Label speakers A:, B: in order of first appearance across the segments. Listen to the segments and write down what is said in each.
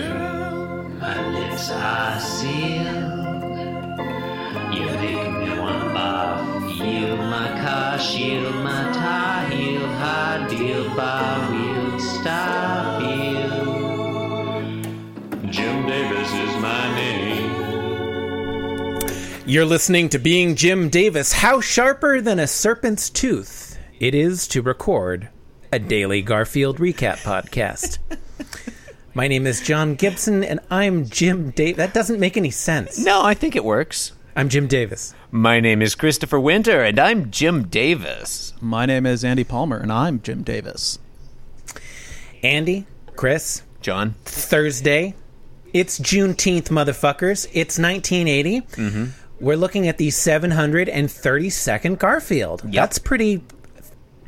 A: Girl, my lips are sealed. You make me wanna barf. Yield my car, shield my tie, heel, high deal, bar wheel, stop you. Jim Davis is my name.
B: You're listening to Being Jim Davis, How Sharper Than a Serpent's Tooth It Is to Record a Daily Garfield Recap Podcast. My name is John Gibson, and I'm Jim Davis. That doesn't make any sense.
C: No, I think it works.
B: I'm Jim Davis.
C: My name is Christopher Winter, and I'm Jim Davis.
D: My name is Andy Palmer, and I'm Jim Davis.
B: Andy, Chris,
C: John.
B: Thursday. It's Juneteenth, motherfuckers. It's 1980. We're looking at the 732nd Garfield. That's pretty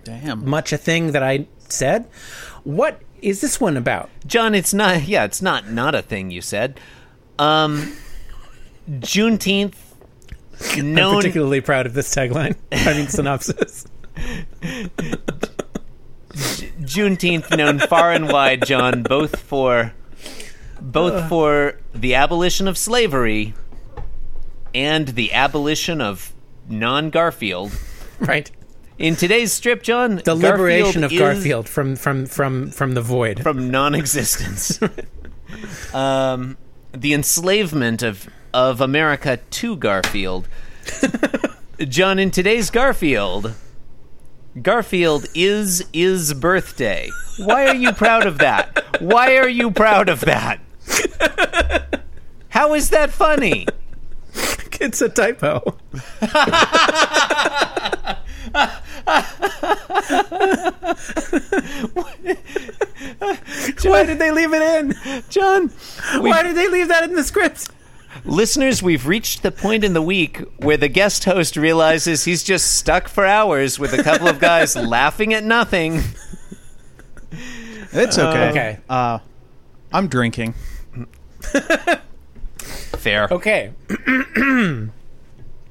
D: Damn.
B: much a thing that I said. What is this one about?
C: John, it's not. Yeah, it's not not a thing you said. Um, Juneteenth.
B: I'm
C: Known
B: particularly proud of this tagline. I mean, synopsis.
C: Juneteenth, known far and wide, John, both for both for the abolition of slavery and the abolition of non-Garfield.
B: Right.
C: In today's strip, John,
B: The liberation of
C: is
B: Garfield from from from from the void.
C: from non-existence. um, the enslavement of of America to Garfield. John, in today's Garfield, Garfield is is birthday. Why are you proud of that? Why are you proud of that? How is that funny?
B: it's a typo. Why did they leave it in?
C: John,
B: Why did they leave that in the script?
C: Listeners, we've reached the point in the week where the guest host realizes he's just stuck for hours with a couple of guys laughing at nothing.
D: It's okay.
B: okay.
D: Uh, I'm drinking.
C: Fair.
B: Okay.
D: And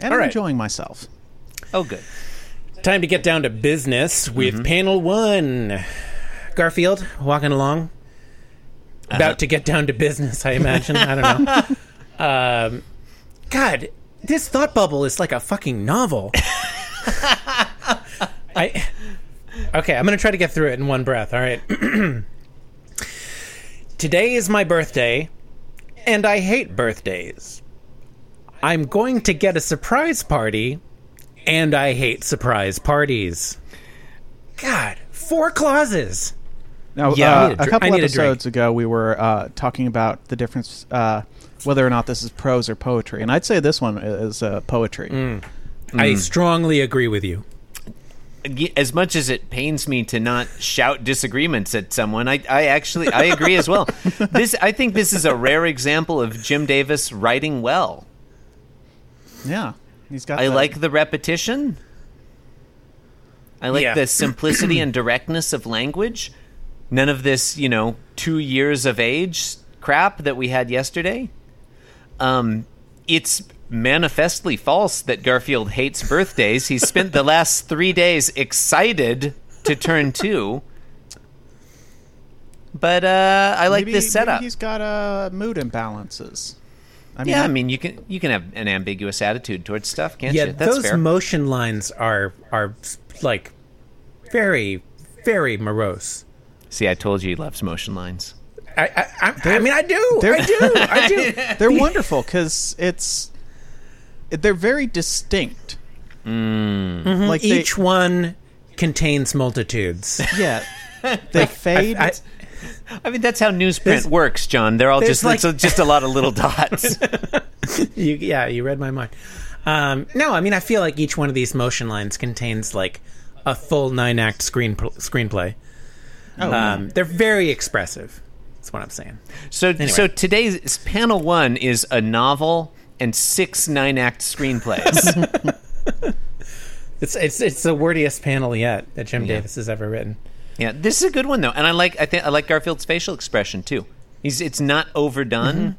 B: All
D: I'm
B: right.
D: enjoying myself.
C: Oh, good.
B: Time to get down to business with panel one. Garfield walking along, about to get down to business. I imagine. I don't know. Um, God, this thought bubble is like a fucking novel. I okay. I'm gonna try to get through it in one breath. All right. Today is my birthday, and I hate birthdays. I'm going to get a surprise party and I hate surprise parties. God, four clauses.
D: Now,
C: Yeah, I
D: uh,
C: need a
D: a
B: dr- I
D: couple
B: need a
D: episodes ago, we were uh, talking about the difference uh, whether or not this is prose or poetry, and I'd say this one is uh, poetry.
B: Mm. I
C: Mm.
B: strongly agree with you.
C: Y- As much as it pains me to not shout disagreements at someone, I, I actually I agree as well. This I think this is a rare example of Jim Davis writing well.
D: Yeah, he's got.
C: I
D: that-
C: like the repetition. I like
B: Yeah.
C: the simplicity and directness of language. None of this, you know, two years of age crap that we had yesterday. Um, it's manifestly false that Garfield hates birthdays. He spent the last three days excited to turn two. But uh, I like
D: maybe-
C: this setup.
D: Maybe he's got uh, mood imbalances. I mean,
C: yeah, I mean, you can you can have an ambiguous attitude towards stuff, can't
B: Yeah,
C: you? That's
B: those
C: fair.
B: motion lines are are like very, very morose.
C: See, I told you he loves motion lines.
B: I I, I, I mean, I do, I do, I do.
D: they're wonderful because it's they're very distinct.
C: Mm.
D: Like they-
B: Mm-hmm. Each one contains multitudes.
D: yeah, they fade.
B: I,
C: I mean, that's how newsprint
B: There's-
C: works, John. They're all
B: there's
C: just
B: like-
C: it's just a lot of little dots.
B: you, yeah, you read my mind. Um, no, I mean, I feel like each one of these motion lines contains like a full nine act screen screenplay.
D: oh,
B: Um, they're very expressive. That's what I'm saying.
C: So, so today's panel one is a novel and six nine-act screenplays.
B: It's it's it's the wordiest panel yet that Jim Davis has ever written.
C: yeah, this is a good one though, and I like I think I like Garfield's facial expression too. He's it's not overdone.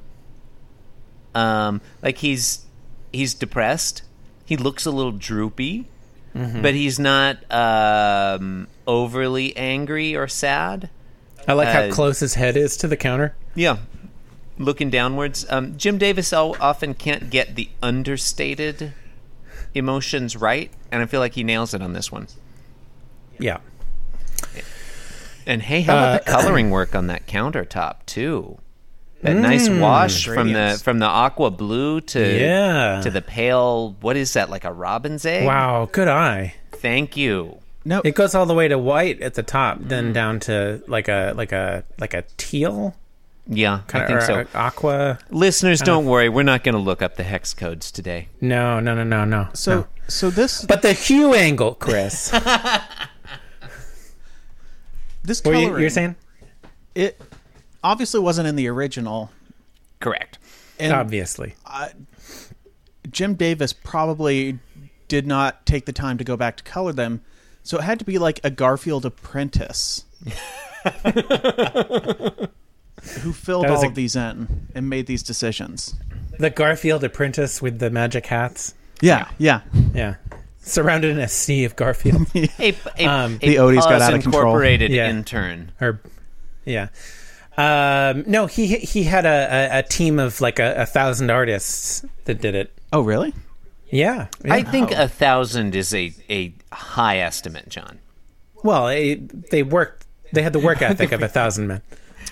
B: Mm-hmm.
C: Um, like he's he's depressed. He looks a little droopy,
B: Mm-hmm.
C: but he's not um, overly angry or sad.
B: I like
C: Uh,
B: how close his head is to the counter.
C: Yeah. Looking downwards. Um, Jim Davis al- often can't get the understated emotions right, and I feel like he nails it on this one.
B: Yeah.
C: And hey, how about
D: Uh,
C: the coloring work on that countertop too? That nice
D: Mm.
C: wash from the
D: brilliant.
C: from the aqua blue to
B: Yeah.
C: to the pale. What is that? Like a robin's egg?
B: Wow, good eye.
C: Thank you.
D: No,
B: It goes all the way to white at the top,
C: Mm-hmm.
B: then down to like a like a like a teal
C: Yeah, I
B: kind
C: think
B: of
C: so.
B: aqua.
D: Uh.
C: Listeners, don't worry. We're not going to look up the hex codes today.
B: No, no, no, no, no.
D: so
B: no.
D: so this
B: but the hue angle, Chris. what
D: this
B: were
D: coloring
B: you, you're saying?
D: it obviously wasn't in the original.
C: Correct.
D: And
B: Obviously.
D: Jim Davis probably did not take the time to go back to color them, so it had to be like a Garfield apprentice who filled
B: That was
D: all
B: a-
D: of these in and made these decisions.
B: The Garfield apprentice with the magic hats.
D: Yeah, yeah.
B: Yeah. Surrounded in a sea of Garfield.
C: A, a,
B: Um,
C: a
D: The Odie's got
C: Paws
D: out of control.
C: Incorporated
B: Yeah.
C: intern.
B: or yeah um no he he had a a, a team of like a, a thousand artists that did it
D: Oh, really?
B: yeah, yeah.
C: I think a thousand is a, a high estimate, John.
B: well it, they worked they had the work ethic of a thousand men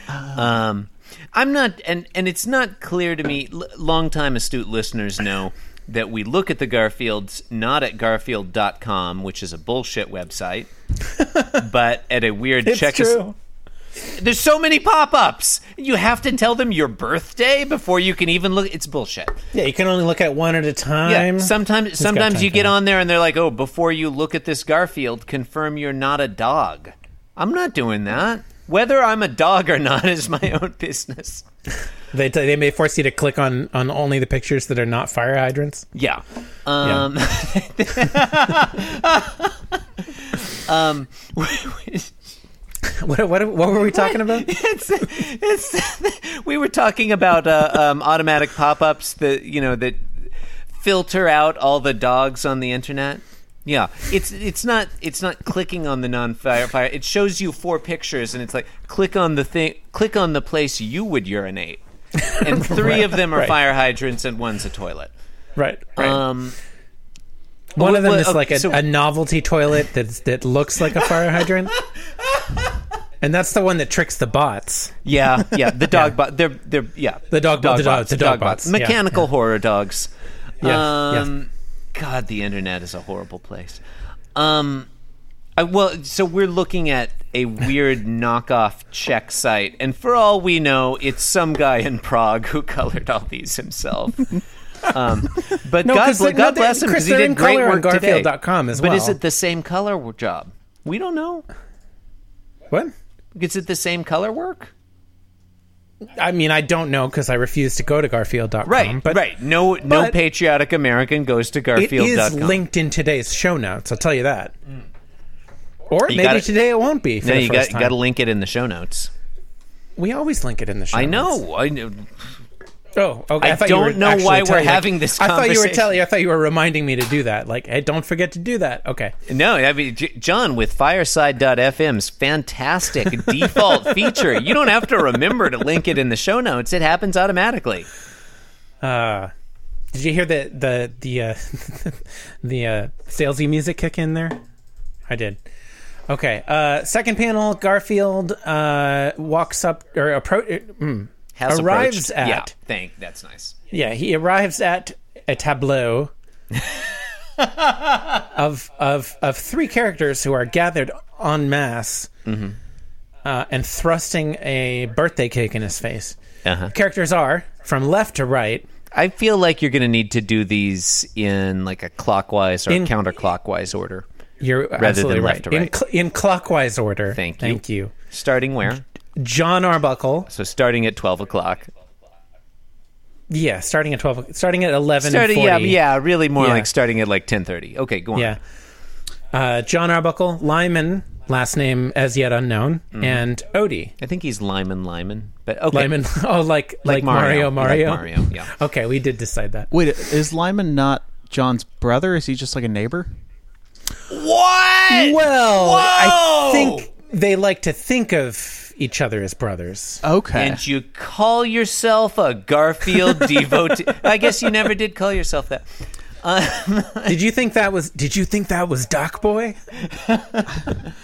C: Um, I'm not, and and it's not clear to me. L- longtime astute listeners know that we look at the Garfields not at Garfield.com, which is a bullshit website, but at a weird
B: it's
C: check.
B: true
C: There's so many pop-ups. You have to tell them your birthday before you can even look. It's bullshit.
B: yeah you can only look at one at a
C: Yeah.
B: time
C: sometimes, sometimes
B: time
C: you
B: for
C: get
B: that?
C: on there and they're like, "Oh, before you look at this Garfield, confirm you're not a dog." I'm not doing that. Whether I'm a dog or not is my own business.
B: they they may force you to click on on only the pictures that are not fire hydrants
C: Yeah. Um, um,
B: what what, what were we talking about
C: it's, it's, we were talking about uh, um, automatic pop-ups that you know that filter out all the dogs on the internet. Yeah, it's it's not it's not clicking on the non-fire fire. It shows you four pictures, and it's like click on the thing, click on the place you would urinate, and three of them are
B: right.
C: fire hydrants, and one's a toilet.
B: right right
C: Um,
B: one of them
C: well,
B: is
C: okay,
B: like a,
C: so-
B: a novelty toilet that that looks like a fire hydrant and that's the one that tricks the bots
C: Yeah, yeah. The dog bot. They're they're yeah.
B: The dog bot- the dog- the dog bots, yeah,
C: Mechanical horror dogs.
B: Yeah, yeah.
C: Um, God, the internet is a horrible place. Um, I, well, so we're looking at a weird knockoff Czech site, and for all we know, it's some guy in Prague who colored all these himself. Um, but God,
B: 'cause
C: bl-
B: they-
C: God
B: no, they-
C: bless him
B: Chris,
C: because he
B: they're
C: did
B: in
C: great
B: color on
C: work today.
B: Garfield.com as
C: But is
B: well.
C: it the same color job? We don't know.
B: what
C: Is it the same color work?
B: I mean, I don't know because I refuse to go to Garfield.com.
C: Right,
B: Um, but
C: right. No, no
B: but-
C: patriotic American goes to
B: It
C: Garfield. Mm.
B: is linked in today's show notes. I'll tell you that. Or maybe
C: gotta-
B: today it won't be. For
C: No,
B: the
C: you
B: first
C: got
B: time.
C: got to link it in the show notes.
B: we always link it in the show.
C: I
B: notes.
C: know. I know.
B: Oh, okay.
C: I
B: thought you
C: don't
B: were
C: know
B: actually
C: why we're
B: telling-
C: having this
B: I thought you were
C: conversation.
B: telling. I thought you were reminding me to do that. Like, hey, don't forget to do that. Okay.
C: No, I mean J- John with Fireside.fm's fantastic default feature. You don't have to remember to link it in the show notes. It happens automatically.
B: Uh, did you hear the the the uh, the uh, salesy music kick in there? I did. Okay. Uh, second panel. Garfield uh, walks up or approach. Mm,
C: Has
B: Arrives
C: approached. Yeah,
B: at-
C: thank. That's nice.
B: Yeah, he arrives at a tableau of of of three characters who are gathered en masse
C: Mm-hmm.
B: uh, and thrusting a birthday cake in his face.
C: Uh-huh.
B: Characters are from left to right.
C: I feel like you're going to need to do these in like a clockwise or
B: In-
C: counterclockwise order.
B: You're
C: than
B: absolutely
C: left
B: right.
C: to
B: In,
C: right.
B: cl- in clockwise order.
C: Thank you.
B: Thank you.
C: Starting where?
B: John Arbuckle.
C: So starting at twelve o'clock.
B: Yeah, starting at twelve. Starting at eleven.
C: starting
B: and
C: yeah
B: 40.
C: yeah really more
B: Yeah.
C: like starting at like 10.30 okay go on
B: Yeah. Uh, John Arbuckle, Lyman, last name as yet unknown,
C: Mm-hmm.
B: and Odie.
C: i think he's lyman lyman but okay
B: Lyman. Oh, like like, Mario, Mario.
C: Like mario yeah
B: Okay, we did decide that.
D: Wait, is Lyman not John's brother? Is he just like a neighbor?
C: what
B: Well, I
C: Whoa!
B: think they like to think of each other as brothers.
D: Okay.
C: And you call yourself a Garfield devotee. I guess you never did call yourself that.
B: Did you think that was? Did you think that was Doc Boy?
C: Um,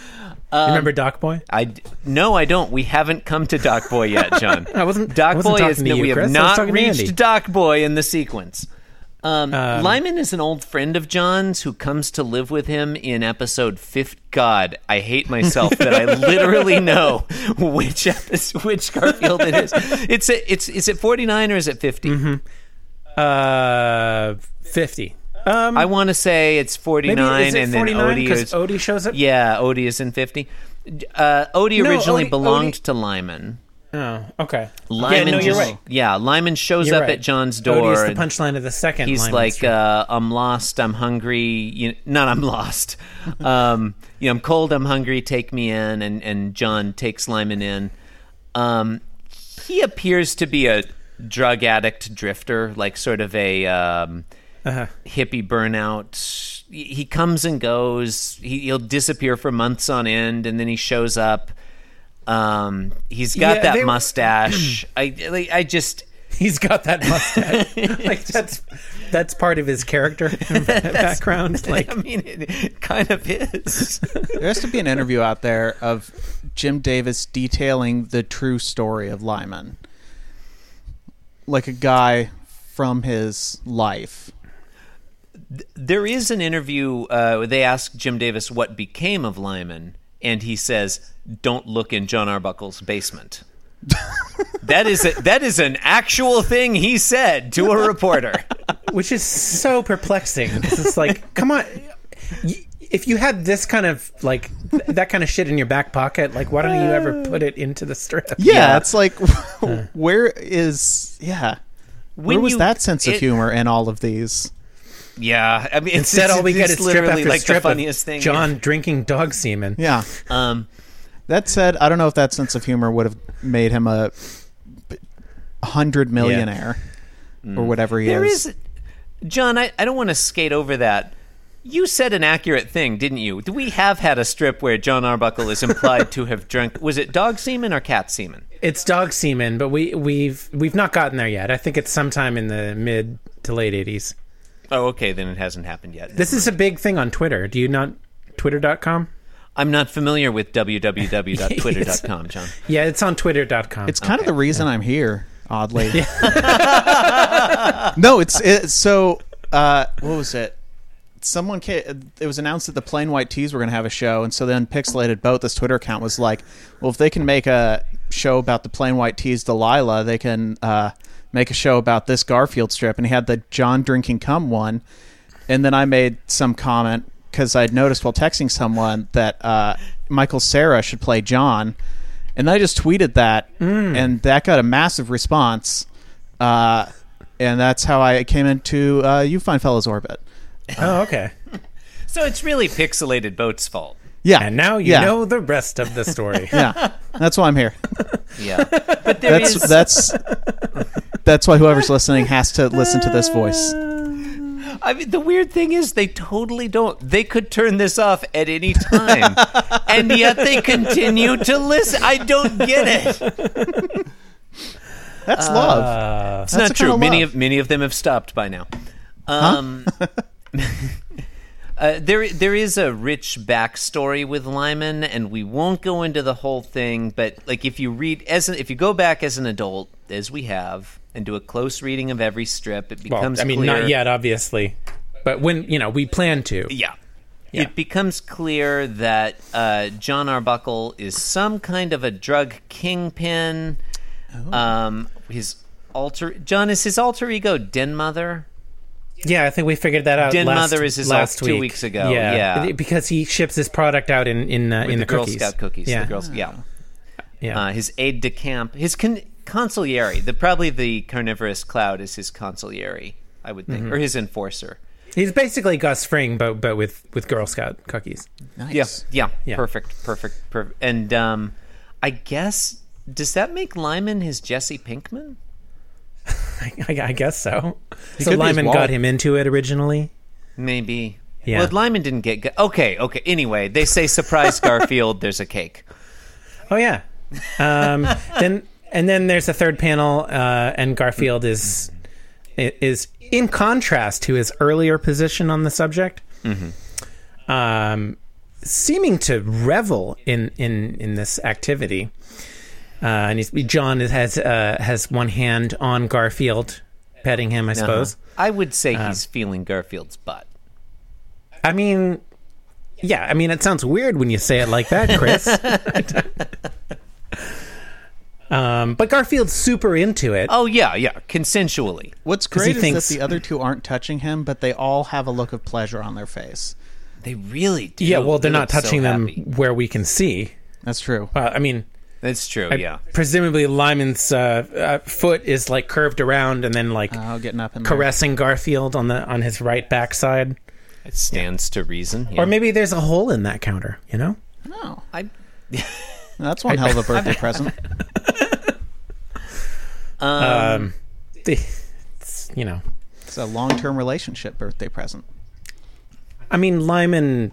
B: Remember Doc Boy?
C: I d- no, I don't. We haven't come to Doc Boy yet, John.
B: I wasn't-
C: Doc
B: I wasn't
C: Boy
B: talking
C: is
B: to
C: no,
B: you,
C: we have
B: Chris. I was
C: not
B: talking to Andy.
C: reached Doc Boy in the sequence. Um, Lyman is an old friend of John's who comes to live with him in episode fifth. God, I hate myself that I literally know which episode, which Garfield it is. It's a, it's is it forty nine or is it 50
B: Mm-hmm. Uh, fifty. Um,
C: I want to say it's forty
B: maybe
C: nine,
B: is it
C: and then
B: forty-nine?
C: Odie
B: Because
C: is
B: Odie shows up.
C: yeah, Odie is in fifty. Uh, Odie
B: No,
C: originally
B: Odie-
C: belonged
B: Odie-
C: to Lyman.
B: Oh, okay.
C: Lyman
B: yeah, no, you're
C: just-
B: right.
C: yeah, Lyman shows
B: You're
C: up
B: right.
C: at John's
B: Odie
C: door.
B: is the
C: and
B: punchline of the second.
C: he's like,
B: Lyman's right.
C: uh, "I'm lost. I'm hungry. You, not I'm lost. um, you know, I'm cold. I'm hungry. Take me in." And and John takes Lyman in. Um, he appears to be a drug addict drifter, like sort of a um,
B: Uh-huh.
C: hippie burnout. He he comes and goes. He, he'll disappear for months on end, and then he shows up. Um, he's got
B: Yeah,
C: that
B: they-
C: mustache. I, like, I just
B: He's got that mustache. like that's that's part of his character background. Like
C: I mean, it, it kind of is.
D: There has to be an interview out there of Jim Davis detailing the true story of Lyman. Like a guy from his life.
C: there is an interview uh, where they ask Jim Davis what became of Lyman, and he says, "Don't look in John Arbuckle's basement." that is a, that is an actual thing he said to a reporter.
B: which is so perplexing. It's just like, come on. Y- If you had this kind of like th- that kind of shit in your back pocket, like why don't you ever put it into the strip?
D: Uh, Yeah, it's like where is yeah. Where
C: When
D: was
C: you-
D: that sense of
C: it-
D: humor in all of these?
C: Yeah, I mean,
B: Instead, all we get is strip
C: literally
B: after
C: like
B: strip
C: the funniest
B: of
C: thing.
B: John drinking dog semen.
D: Yeah.
C: Um,
D: That said, I don't know if that sense of humor would have made him a b- hundred millionaire or whatever he
C: Mm. There
D: is.
C: is, John. I, I don't want to skate over that. You said an accurate thing, didn't you? We have had a strip where John Arbuckle is implied to have drunk. Was it dog semen or cat semen?
B: It's dog semen, but we we've we've not gotten there yet. I think it's sometime in the mid to late eighties.
C: Oh, okay, then it hasn't happened yet.
B: This is a big thing on Twitter. Do you not twitter.com?
C: I'm not familiar with www.twitter.com, John.
B: Yeah, it's on twitter.com.
D: It's kind of the reason I'm here, oddly. no, it's it, so. Uh, what was it? Someone came, it was announced that the Plain White Tees were going to have a show, and so then Pixelated Boat, this Twitter account, was like, "Well, if they can make a show about the Plain White Tees, Delilah, they can uh, make a show about this Garfield strip." And he had the John drinking cum one, and then I made some comment because I'd noticed while texting someone that uh, Michael Sarah should play John, and I just tweeted that, and that got a massive response, uh, and that's how I came into uh, you fine fellas orbit.
B: Oh, okay.
C: So it's really pixelated boat's fault.
D: Yeah,
B: And now you
D: Yeah.
B: know the rest of the story.
D: Yeah, that's why I'm here.
C: Yeah. But there
D: That's
C: is
D: that's that's why whoever's listening has to listen to this voice.
C: I mean the weird thing is they totally don't they could turn this off at any time. and yet they continue to listen. I don't get it.
B: Uh,
D: That's love.
C: It's
D: That's
C: not
D: a kinda
C: true. Many
D: love.
C: of many of them have stopped by now. Um Uh, there, there is a rich backstory with Lyman, and we won't go into the whole thing. But like, if you read as an- if you go back as an adult, as we have, and do a close reading of every strip, it
B: Well,
C: becomes
B: I mean,
C: clear,
B: not yet, obviously, but when you know we plan to.
C: Yeah. It becomes clear that uh, John Arbuckle is some kind of a drug kingpin.
D: Oh.
C: Um, his alter John is his alter ego Den Mother.
B: Yeah, I think we figured that out.
C: Den
B: last,
C: Mother is his
B: last
C: al- two
B: week.
C: weeks ago,
B: Yeah,
C: yeah.
B: because he ships his product out in in uh, in the,
C: Girl
B: cookies.
C: Scout cookies.
B: Yeah,
C: The Girl, yeah.
B: yeah.
C: Uh, his aide de camp, his con- consigliere, the probably the carnivorous cloud is his consigliere, I would think,
B: Mm-hmm.
C: or his enforcer.
B: He's basically Gus Fring, but but with with Girl Scout cookies.
D: Nice.
C: Yeah,
B: Yeah.
C: perfect, perfect, perfect. And um, I guess does that make Lyman his Jesse Pinkman?
B: I, I, I guess so.
D: could be
B: So
D: his
B: Lyman
D: wall.
B: got him into it originally.
C: Maybe.
B: Yeah.
C: Well, Lyman didn't get. Ga- okay, okay. Anyway, they say surprise Garfield. There's a cake.
B: Oh yeah, Um, then and then there's a third panel, uh, and Garfield is is in contrast to his earlier position on the subject, um, seeming to revel in in in this activity. Uh, and he's, John is- has uh, has one hand on Garfield, petting him. I suppose.
C: I would say
B: Uh-huh.
C: he's feeling Garfield's butt.
B: I mean, yeah. I mean, it sounds weird when you say it like that, Chris. um, but Garfield's super into it.
C: Oh yeah, yeah, consensually.
D: What's
B: 'Cause he
D: great is
B: thinks-
D: that the other two aren't touching him, but they all have a look of pleasure on their face.
C: They really do.
B: yeah. Well, they're
C: They
B: not
C: look so
B: touching them
C: happy.
B: where we can see.
D: That's true.
B: Uh, I mean,
C: That's true. yeah.
B: presumably Lyman's uh, uh, foot is like curved around and then
C: Ah.
B: like
D: Oh, getting up and
B: caressing Garfield on the on his right backside.
C: It stands to reason.
B: Or maybe there's a hole in that counter. You know.
D: No,
C: I,
D: that's one hell of a birthday present.
B: Um, it's, you know.
D: It's a long-term relationship birthday present.
B: I mean, Lyman.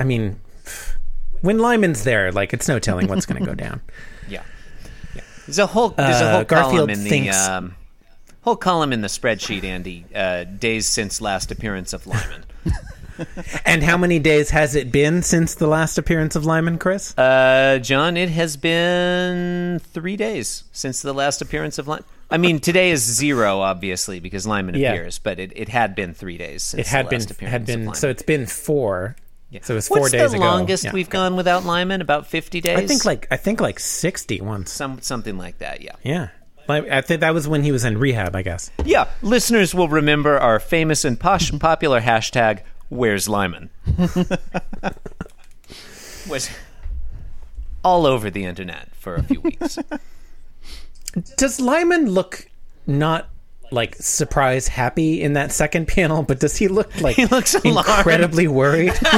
B: I mean, when Lyman's there, like it's no telling what's going to go down.
C: yeah. Yeah. There's a whole there's a
B: Uh,
C: whole column
B: Garfield
C: in the
B: thinks-
C: um, whole column in the spreadsheet, Andy. Uh, days since last appearance of Lyman.
B: And how many days has it been since the last appearance of Lyman, Chris?
C: Uh, John, it has been three days since the last appearance of Lyman. I mean, today is zero, obviously, because Lyman
B: Yeah.
C: appears, but it, it had been three days since
B: it had
C: the
B: been
C: last appearance
B: had
C: of
B: been
C: Lyman.
B: so it's been four. So it was four
C: What's
B: days
C: the
B: ago.
C: longest
B: Yeah.
C: we've gone without Lyman? About 50 days?
B: I think like I think like sixty once.
C: Some, something like that, yeah.
B: Yeah, like, I think that was when he was in rehab. I guess.
C: Yeah, listeners will remember our famous and posh popular hashtag, Where's Lyman? was all over the internet for a few weeks.
B: Does Lyman look not like surprise happy in that second panel? But does he look like
C: He looks alarmed.
B: incredibly worried?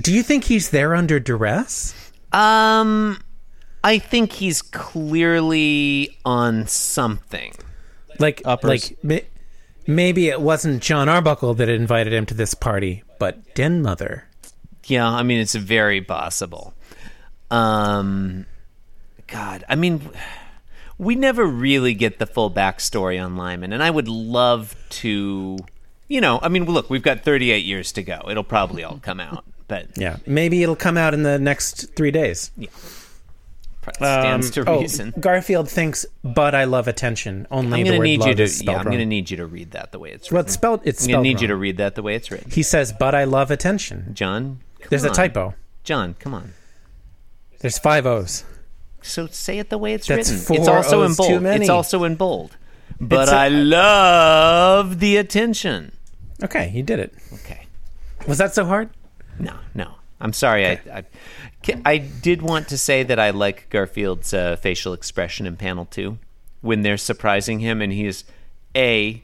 B: Do you think he's there under duress?
C: Um, I think he's clearly on something.
B: Like,
D: Uppers.
B: like ma- maybe it wasn't John Arbuckle that invited him to this party, but Den Mother.
C: Yeah, I mean, it's very possible. Um, God, I mean, we never really get the full backstory on Lyman, and I would love to. You know, I mean, look, we've got 38 years to go. It'll probably all come out, but
B: Yeah, maybe it'll come out in the next three days.
C: it stands
B: Um,
C: to
B: oh,
C: reason.
B: Garfield thinks, but I love attention. Only
C: I'm
B: the
C: gonna
B: word
C: need
B: love
C: you to.
B: is spelled
C: Yeah, I'm
B: wrong.
C: gonna need you to read that the way it's
B: well,
C: written.
B: it's spelled. It's
C: I'm gonna
B: spelled
C: need you to
B: wrong.
C: read that the way it's written.
B: He says, but I love attention.
C: John, come
B: There's a
C: on.
B: typo.
C: John, come on.
B: There's five O's.
C: So say it the way it's
B: That's
C: written.
B: four
C: it's also in
B: O's too
C: bold.
B: many.
C: It's also in bold. But
B: It's a-
C: I love the attention.
B: Okay, you did it.
C: Okay.
B: Was that so hard?
C: No, no. I'm sorry. I, I ca- I did want to say that I like Garfield's uh, facial expression in panel two when they're surprising him and he is a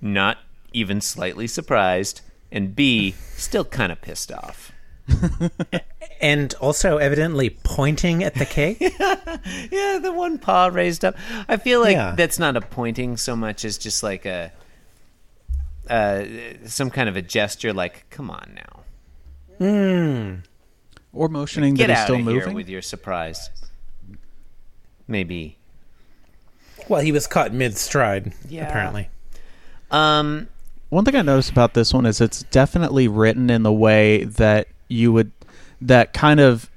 C: not even slightly surprised and b still kind of pissed off.
B: And also, evidently, pointing at the cake.
C: Yeah, the one paw raised up. I feel like
B: Yeah.
C: that's not a pointing so much as just like a uh, some kind of a gesture. Like, come on now,
D: Or motioning
C: get
D: that he's
C: out
D: still
C: of here
D: moving.
C: with your surprise. Maybe.
B: well, he was caught mid stride,
C: Yeah.
B: apparently.
C: Um,
D: One thing I noticed about this one is it's definitely written in the way that you would that kind of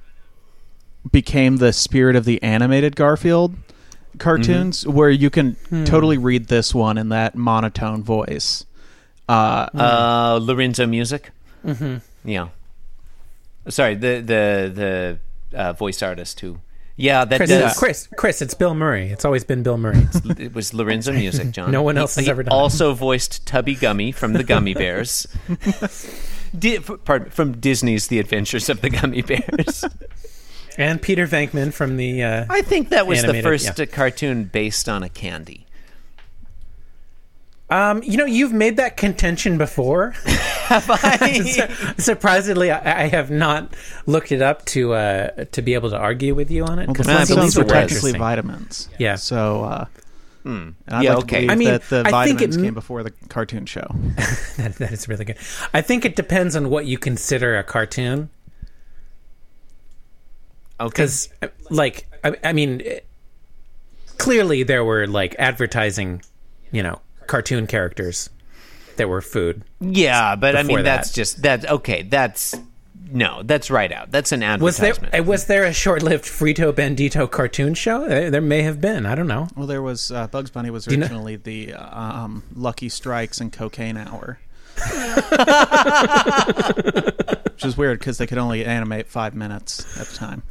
D: became the spirit of the animated Garfield cartoons
B: Mm-hmm.
D: where you can
B: Hmm.
D: totally read this one in that monotone voice. Uh,
C: uh, Lorenzo music. Mm-hmm. Yeah. Sorry, the the the uh, voice artist who. Yeah, that
B: Chris,
C: does.
B: Chris, Chris, it's Bill Murray. It's always been Bill Murray. It's-
C: It was Lorenzo music, John.
B: No one else
C: He-
B: has
C: he
B: ever done it.
C: Also voiced Tubby Gummy from the Gummy Bears. Di- f- pardon, from Disney's The Adventures of the Gummy Bears.
B: and Peter Venkman from the. Uh,
C: I think that was
B: Animated,
C: the first
B: yeah.
C: uh, cartoon based on a candy.
B: um, you know, you've made that contention before. Sur- Surprisingly, I, I have not looked it up to uh, to be able to argue with you on it.
D: well, the
B: 'cause I believe
D: Flintstones were
B: it was.
D: technically vitamins.
B: Yeah.
D: So, uh, and I'd
C: Hmm. Yeah,
D: like to
C: okay.
D: believe
B: I mean,
D: that the
B: I think it
D: vitamins
B: m-
D: came before the cartoon show.
B: That, that is really good. I think it depends on what you consider a cartoon.
C: Okay.
B: because like I, I mean it- clearly there were like advertising you know cartoon characters that were food
C: Yeah, but I
B: before
C: mean that's
B: that.
C: just that. Okay, that's no, that's right out. That's an
B: was there
C: advertisement.
B: uh, was there a short-lived frito bandito cartoon show there, there may have been i don't know
D: Well, there was uh, Bugs Bunny was
B: know-
D: originally the uh, um, Lucky Strikes and Cocaine Hour, which is weird because they could only animate five minutes at a time.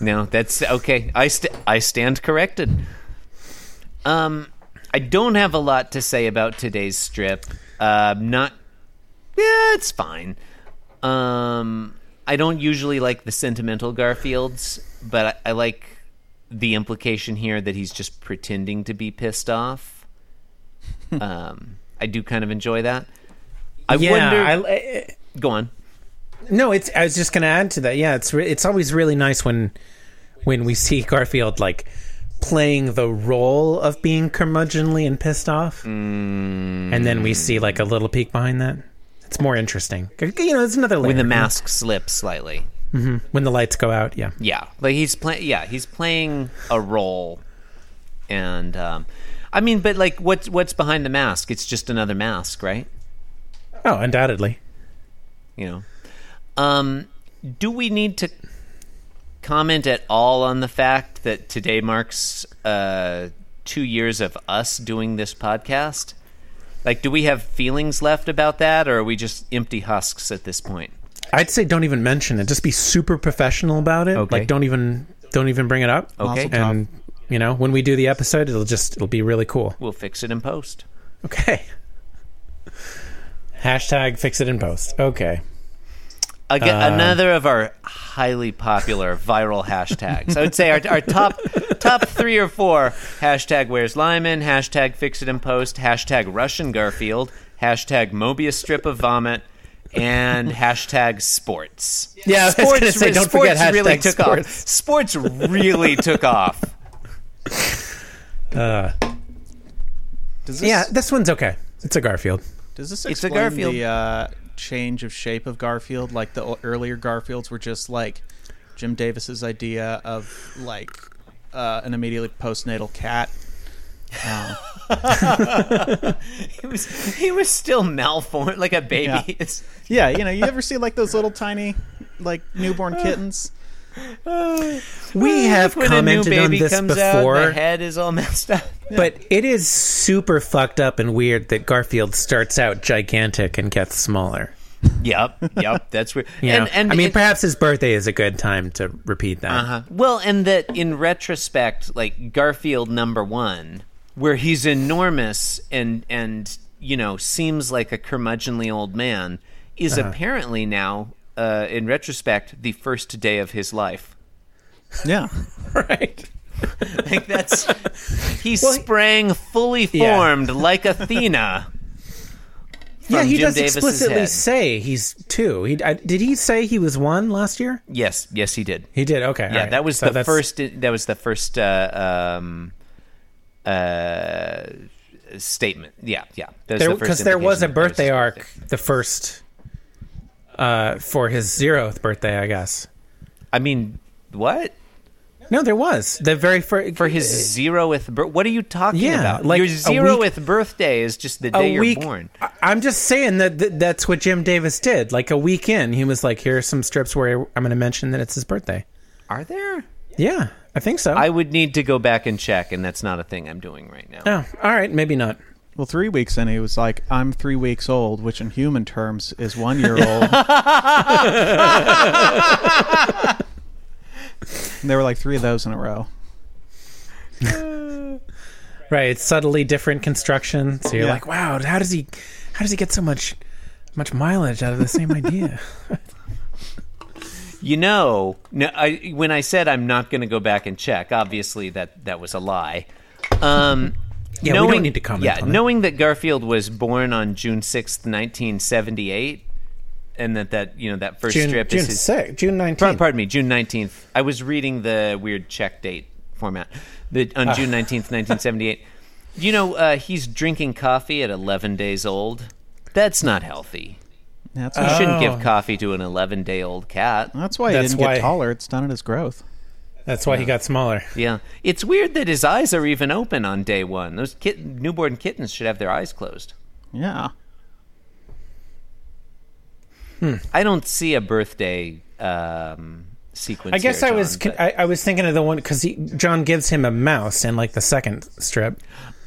C: no, that's okay. I st- I stand corrected. Um, I don't have a lot to say about today's strip. Uh, not. Yeah, it's fine. Um, I don't usually like the sentimental Garfields, but I, I like the implication here that he's just pretending to be pissed off. um, I do kind of enjoy that. I wonder.
B: I, I-
C: Go on.
B: no it's i was just gonna add to that yeah it's re- it's always really nice when when we see garfield like playing the role of being curmudgeonly and pissed off
C: Mm.
B: and then we see like a little peek behind that it's more interesting you know it's another layer.
C: When the mask slips slightly.
B: when the lights go out yeah
C: Yeah, like he's playing. Yeah, he's playing a role, and um, I mean, but like, what's what's behind the mask? It's just another mask, right?
B: oh undoubtedly
C: You know. Um, do we need to comment at all on the fact that today marks uh, two years of us doing this podcast? Like, do we have feelings left about that, or are we just empty husks at this point?
B: i'd say don't even mention it just be super professional about it
C: Okay.
B: like don't even don't even bring it up
C: Okay.
D: Mazel tov.
B: and you know when we do the episode it'll just it'll be really cool
C: We'll fix it in post.
B: Okay. Hashtag fix it in post. Okay.
C: Again,
B: Um,
C: another of our highly popular viral hashtags. I would say our, our top top three or four hashtag Where's Lyman, hashtag Fix It in Post, hashtag Russian Garfield, hashtag Mobius Strip of Vomit, and hashtag Sports.
B: Yeah, I was
C: sports,
B: gonna say,
C: re-
B: don't
C: sports
B: forget hashtag
C: really took off.
B: sports.
C: Sports really took off.
D: Does this,
B: Yeah, this one's okay. It's a Garfield.
D: does this
C: a
D: explain
C: Garfield.
D: the uh, change of shape of Garfield? Like the o- earlier Garfields were just like Jim Davis's idea of like uh, an immediately postnatal cat. Um,
C: He was he was still malformed like a baby.
D: Yeah.
C: It's-
D: Yeah, you know, you ever see like those little tiny like newborn kittens?
B: We have
C: when a
B: commented
C: new
B: on
C: baby
B: this
C: comes out, the
B: before,
C: head is all messed up.
B: but it is super fucked up and weird that Garfield starts out gigantic and gets smaller.
C: Yep, yep, that's weird.
B: Yeah.
C: And, and
B: I mean,
C: it-
B: perhaps his birthday is a good time to repeat that.
C: Uh-huh. Well, and that in retrospect, like Garfield number one, where he's enormous and and you know seems like a curmudgeonly old man, is
B: Uh-huh.
C: apparently now, uh, in retrospect, the first day of his life.
D: Yeah.
B: Right.
C: Like that's he sprang fully formed like Athena.
B: Yeah,
C: from
B: he
C: Jim
B: does
C: Davis's
B: explicitly
C: head.
B: say he's two. He I, did he say he was one last year?
C: Yes, yes, he did.
B: He did. Okay.
C: Yeah, that was the first. That was the first uh, um, uh, statement. Yeah, yeah.
B: because there was a birthday
C: arc.
B: arc the first uh for his zeroth birthday i guess
C: I mean, what
B: no there was the very first
C: for his zeroth? Bir- what are you talking
B: Uh, Yeah,
C: about?
B: like
C: Your
B: a week-
C: zeroth birthday is just the day
B: a
C: you're
B: week
C: born.
B: I- i'm just saying that th- that's what jim davis did like a week in he was like here are some strips where i'm going to mention that it's his birthday
C: Are there?
B: yeah i think so
C: I would need to go back and check, and that's not a thing I'm doing right now.
B: oh all right maybe not
D: Well, three weeks in, he was like, I'm three weeks old, which in human terms is one year old. and there were like three of those in a row.
B: right it's subtly different construction so you're
D: Yeah.
B: like wow how does he how does he get so much much mileage out of the same idea
C: You know, no, I, when I said I'm not going to go back and check, obviously that that was a lie. Um,
B: Yeah, we don't need to comment
C: Yeah,
B: on it.
C: knowing that Garfield was born on June sixth, nineteen seventy eight, and that that you know that first
B: june,
C: strip
B: june
C: is his
B: 6 june 19th
C: Par- Pardon me, June nineteenth. I was reading the weird check date format. The,
B: Ah.
C: on June nineteenth, nineteen seventy-eight. You know, uh, he's drinking coffee at eleven days old. That's not healthy.
D: That's
C: You
D: why,
C: shouldn't give
B: Oh.
C: coffee to an 11 day old cat.
D: that's why he
B: That's
D: didn't
B: why-
D: get taller. It's done at his growth.
B: That's why he got smaller.
C: Yeah. It's weird that his eyes are even open on day one. Those kitten, newborn kittens should have their eyes closed.
D: Yeah.
C: I don't see a birthday um, sequence.
B: I guess
C: here,
B: I was
C: John,
B: con-
C: but-
B: I, I was thinking of the one because John gives him a mouse in like the second strip,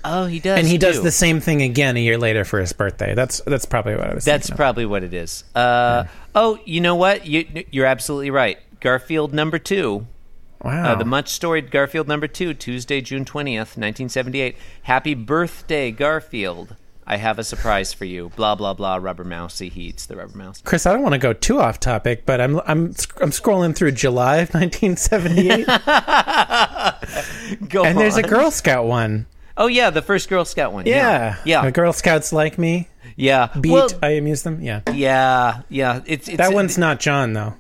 C: oh, he does.
B: and he does
C: too.
B: the same thing again a year later for his birthday. That's that's probably what I was.
C: That's
B: thinking
C: probably what it is. Uh, Oh, you know what? You, you're absolutely right. Garfield number two.
B: of. wow.
C: Uh, the much storied Garfield number two, Tuesday, June 20th, 1978. Happy birthday, Garfield. I have a surprise for you. Blah, blah, blah. Rubber mouse. He eats the rubber mouse.
B: Chris, I don't want to go too off topic, but I'm I'm sc- I'm scrolling through July of 1978,
C: Go
B: and there's a
C: on.
B: Girl Scout one.
C: Oh, yeah. The first Girl Scout one.
B: Yeah,
C: Yeah.
B: The Girl Scouts like me.
C: Yeah.
B: Beat.
C: Well,
B: I amuse them. Yeah,
C: yeah. Yeah. It's, it's
B: that one's not John though.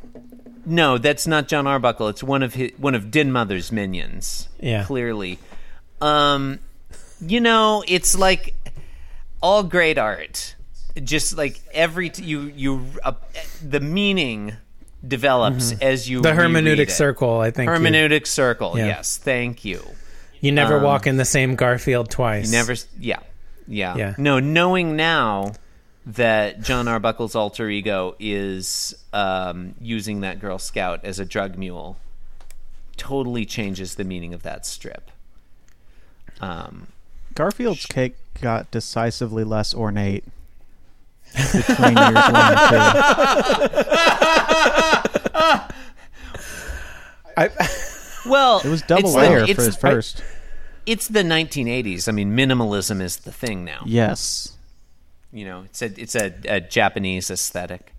C: No, that's not John Arbuckle. It's one of his, one of Din Mother's minions.
B: Yeah.
C: clearly. Um, you know, it's like all great art. Just like every t- you you uh, the meaning develops as you
B: Mm-hmm. The
C: reread
B: hermeneutic
C: it.
B: circle. I think you-
C: hermeneutic circle.
B: Yeah.
C: Yes, thank you.
B: You, never walk in the same Garfield twice.
C: Never. s- Yeah. Yeah.
B: Yeah.
C: No, knowing now that John Arbuckle's alter ego is um, using that Girl Scout as a drug mule totally changes the meaning of that strip. Um,
D: Garfield's cake got decisively less ornate between years one and two.
B: I,
C: well,
D: It was double
C: it's the-
D: layer for
C: it's-
D: his first.
C: It's the 1980s. I mean, minimalism is the thing now.
D: yes.
C: You know, it's a it's a, a Japanese aesthetic.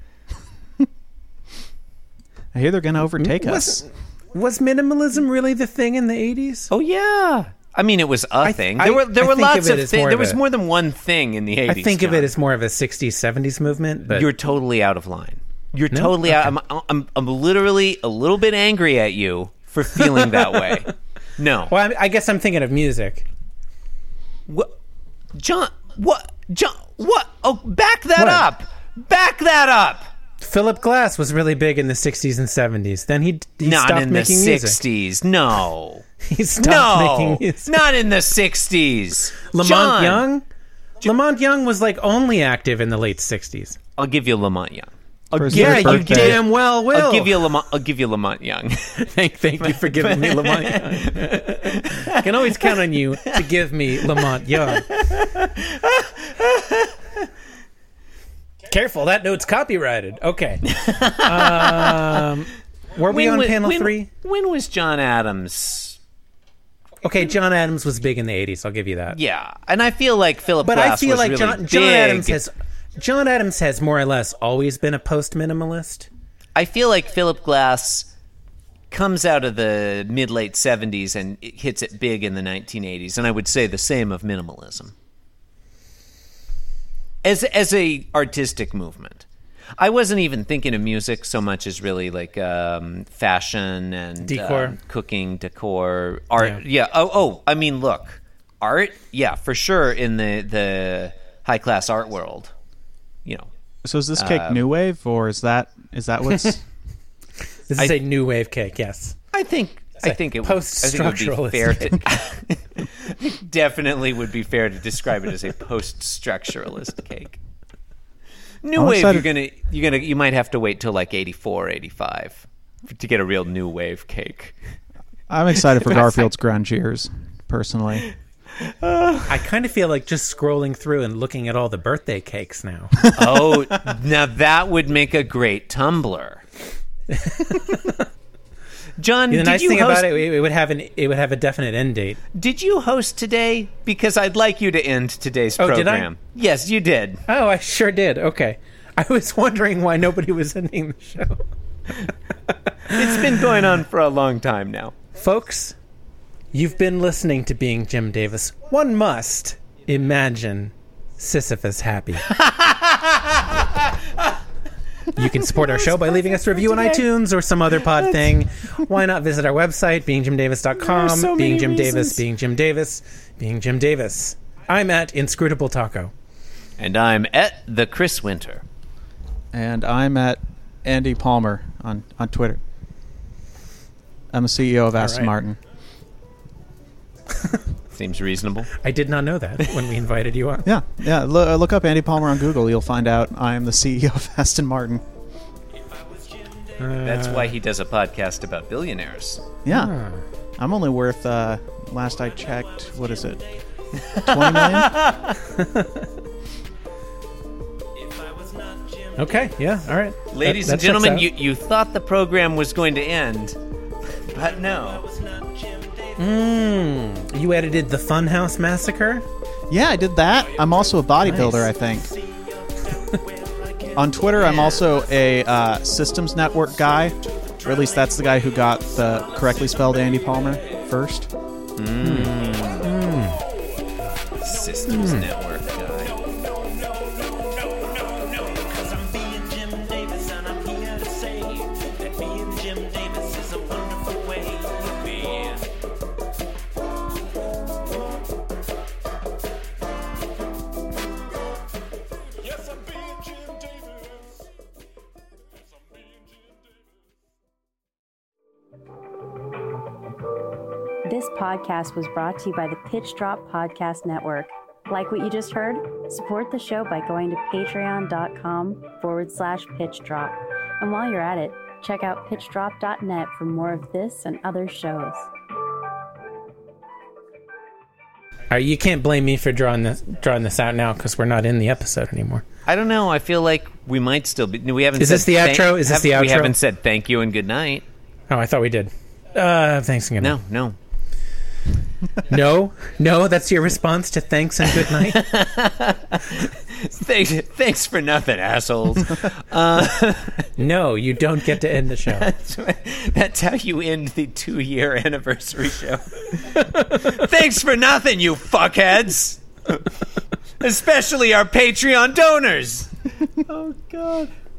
D: I hear they're going to overtake us.
B: was minimalism really the thing in the 80s?
C: Oh yeah. I mean, it was a thing. There
B: I-
C: were there
B: I
C: were
B: think of
C: lots
B: it
C: of,
B: as
C: things.
B: more
C: There
B: of
C: was
B: a-
C: more than one thing in the 80s.
B: I think of
C: John.
B: it as more of a 60s, 70s movement, but
C: You're totally out of line. You're totally out. I'm, I'm, I'm literally a little bit angry at you for feeling that way. No.
B: well, I, I guess I'm thinking of music.
C: What? John, what? John, what? Oh, back that
B: What?
C: up. Back that up.
B: Philip Glass was really big in the 60s and 70s. Then he, he
C: Not
B: stopped
C: in the
B: making
C: 60s.
B: music.
C: No.
B: He stopped
C: No.
B: making music.
C: Not in the 60s.
B: Lamont
C: John,
B: Young? Lamont Young was like only active in the late 60s.
C: I'll give you Lamont Young.
D: For his
B: Yeah,
D: third
B: you
D: birthday.
B: damn well will.
C: I'll give you Lamont. I'll give you Lamont Young.
B: thank, thank you for giving me Lamont Young. I can always count on you to give me Lamont Young. Careful, that note's copyrighted. Okay. Um, were we
C: When
B: on
C: wa-
B: panel
C: when-
B: three?
C: When was John Adams
B: Okay, John Adams was big in the 80s. I'll give you that.
C: Yeah, and I feel like Philip
B: but
C: Glass
B: I feel
C: was
B: like
C: really
B: John, John
C: big.
B: Adams has. John Adams has more or less always been a post minimalist.
C: I feel like Philip Glass comes out of the mid late seventies and it hits it big in the nineteen eighties, and I would say the same of minimalism as as a artistic movement. I wasn't even thinking of music so much as really like um, fashion and
B: Decor.
C: um, cooking, decor, art.
B: Yeah.
C: Yeah. Oh, oh. I mean, look, art. Yeah, for sure in the the high class art world. You know,
D: So is this
C: Uh,
D: cake new wave or is that is that what's
B: This is a new wave cake, yes.
C: I think I
B: like
C: think it would- I think it would be fair to definitely would be fair to describe it as a post-structuralist cake. New
D: I'm
C: wave,
D: excited-
C: you're gonna you're gonna you might have to wait till like 84, 85 f- to get a real new wave cake.
D: I'm excited for Garfield's grunge years personally.
B: I kind of feel like just scrolling through and looking at all the birthday cakes now.
C: Oh, now that would make a great tumbler. John,
B: The
C: did
B: nice
C: you
B: thing
C: host,
B: about it, it would have an it would have a definite end date.
C: did you host today? Because I'd like you to end today's
B: Oh, did I?
C: program. Yes, you did.
B: Oh, I sure did. Okay, I was wondering why nobody was ending the show,
C: It's been going on for a long time now.
B: folks. You've been listening to Being Jim Davis. One must imagine Sisyphus happy. You can support our show by leaving us a review on iTunes or some other pod thing. Why not visit our website, beingjimdavis.com,
C: so
B: being
C: many
B: Jim Davis,
C: reasons.
B: being Jim Davis, being Jim Davis. I'm at Inscrutable Taco.
C: And I'm at the Chris Winter.
D: and I'm at Andy Palmer on on Twitter. I'm the CEO of Aston
B: right.
D: Martin.
C: Seems reasonable.
B: I did not know that when we invited you on.
D: Yeah, yeah. Look, uh, look up Andy Palmer on Google. You'll find out I am the CEO of Aston Martin.
C: That's why he does a podcast about billionaires.
D: Yeah,
B: Ah.
D: I'm only worth. Uh, last I checked, what is it? Twenty million.
B: Okay. Yeah. All right. That-
C: Ladies
B: that
C: and
B: checks
C: gentlemen,
B: out.
C: you, you thought the program was going to end, but no.
B: Mm, you edited the Funhouse Massacre.
D: yeah, I did that. I'm also a bodybuilder. I think. on Twitter, I'm also a uh, systems network guy, or at least that's the guy who got the correctly spelled Andy Palmer first.
C: Systems
B: Hmm.
C: Network guy.
E: Cause I'm being Jim Davis and I'm here to say that being Jim Davis is a wonderful way to be. Yes, I'm being Jim Davis. Yes, I'm being Jim Davis.
F: This podcast was brought to you by the Pitch Drop Podcast Network. Like what you just heard? Support the show by going to patreon.com forward slash pitch drop. And while you're at it, check out pitchdrop.net for more of this and other shows.
B: All right, you can't blame me for drawing this drawing this out now because we're not in the episode anymore.
C: I don't know. I feel like we might still be. We haven't.
B: Is
C: said
B: this the
C: thank-
B: outro? Is this the
C: We
B: outro?
C: haven't said thank you and good night.
B: Oh, I thought we did. Uh, thanks again.
C: No, no.
B: no, no. That's your response to thanks and good night.
C: Thanks, thanks for nothing, assholes.
B: no, you don't get to end the show.
C: That's how you end the two-year anniversary show. thanks for nothing, you fuckheads. Especially our Patreon donors.
D: Oh God.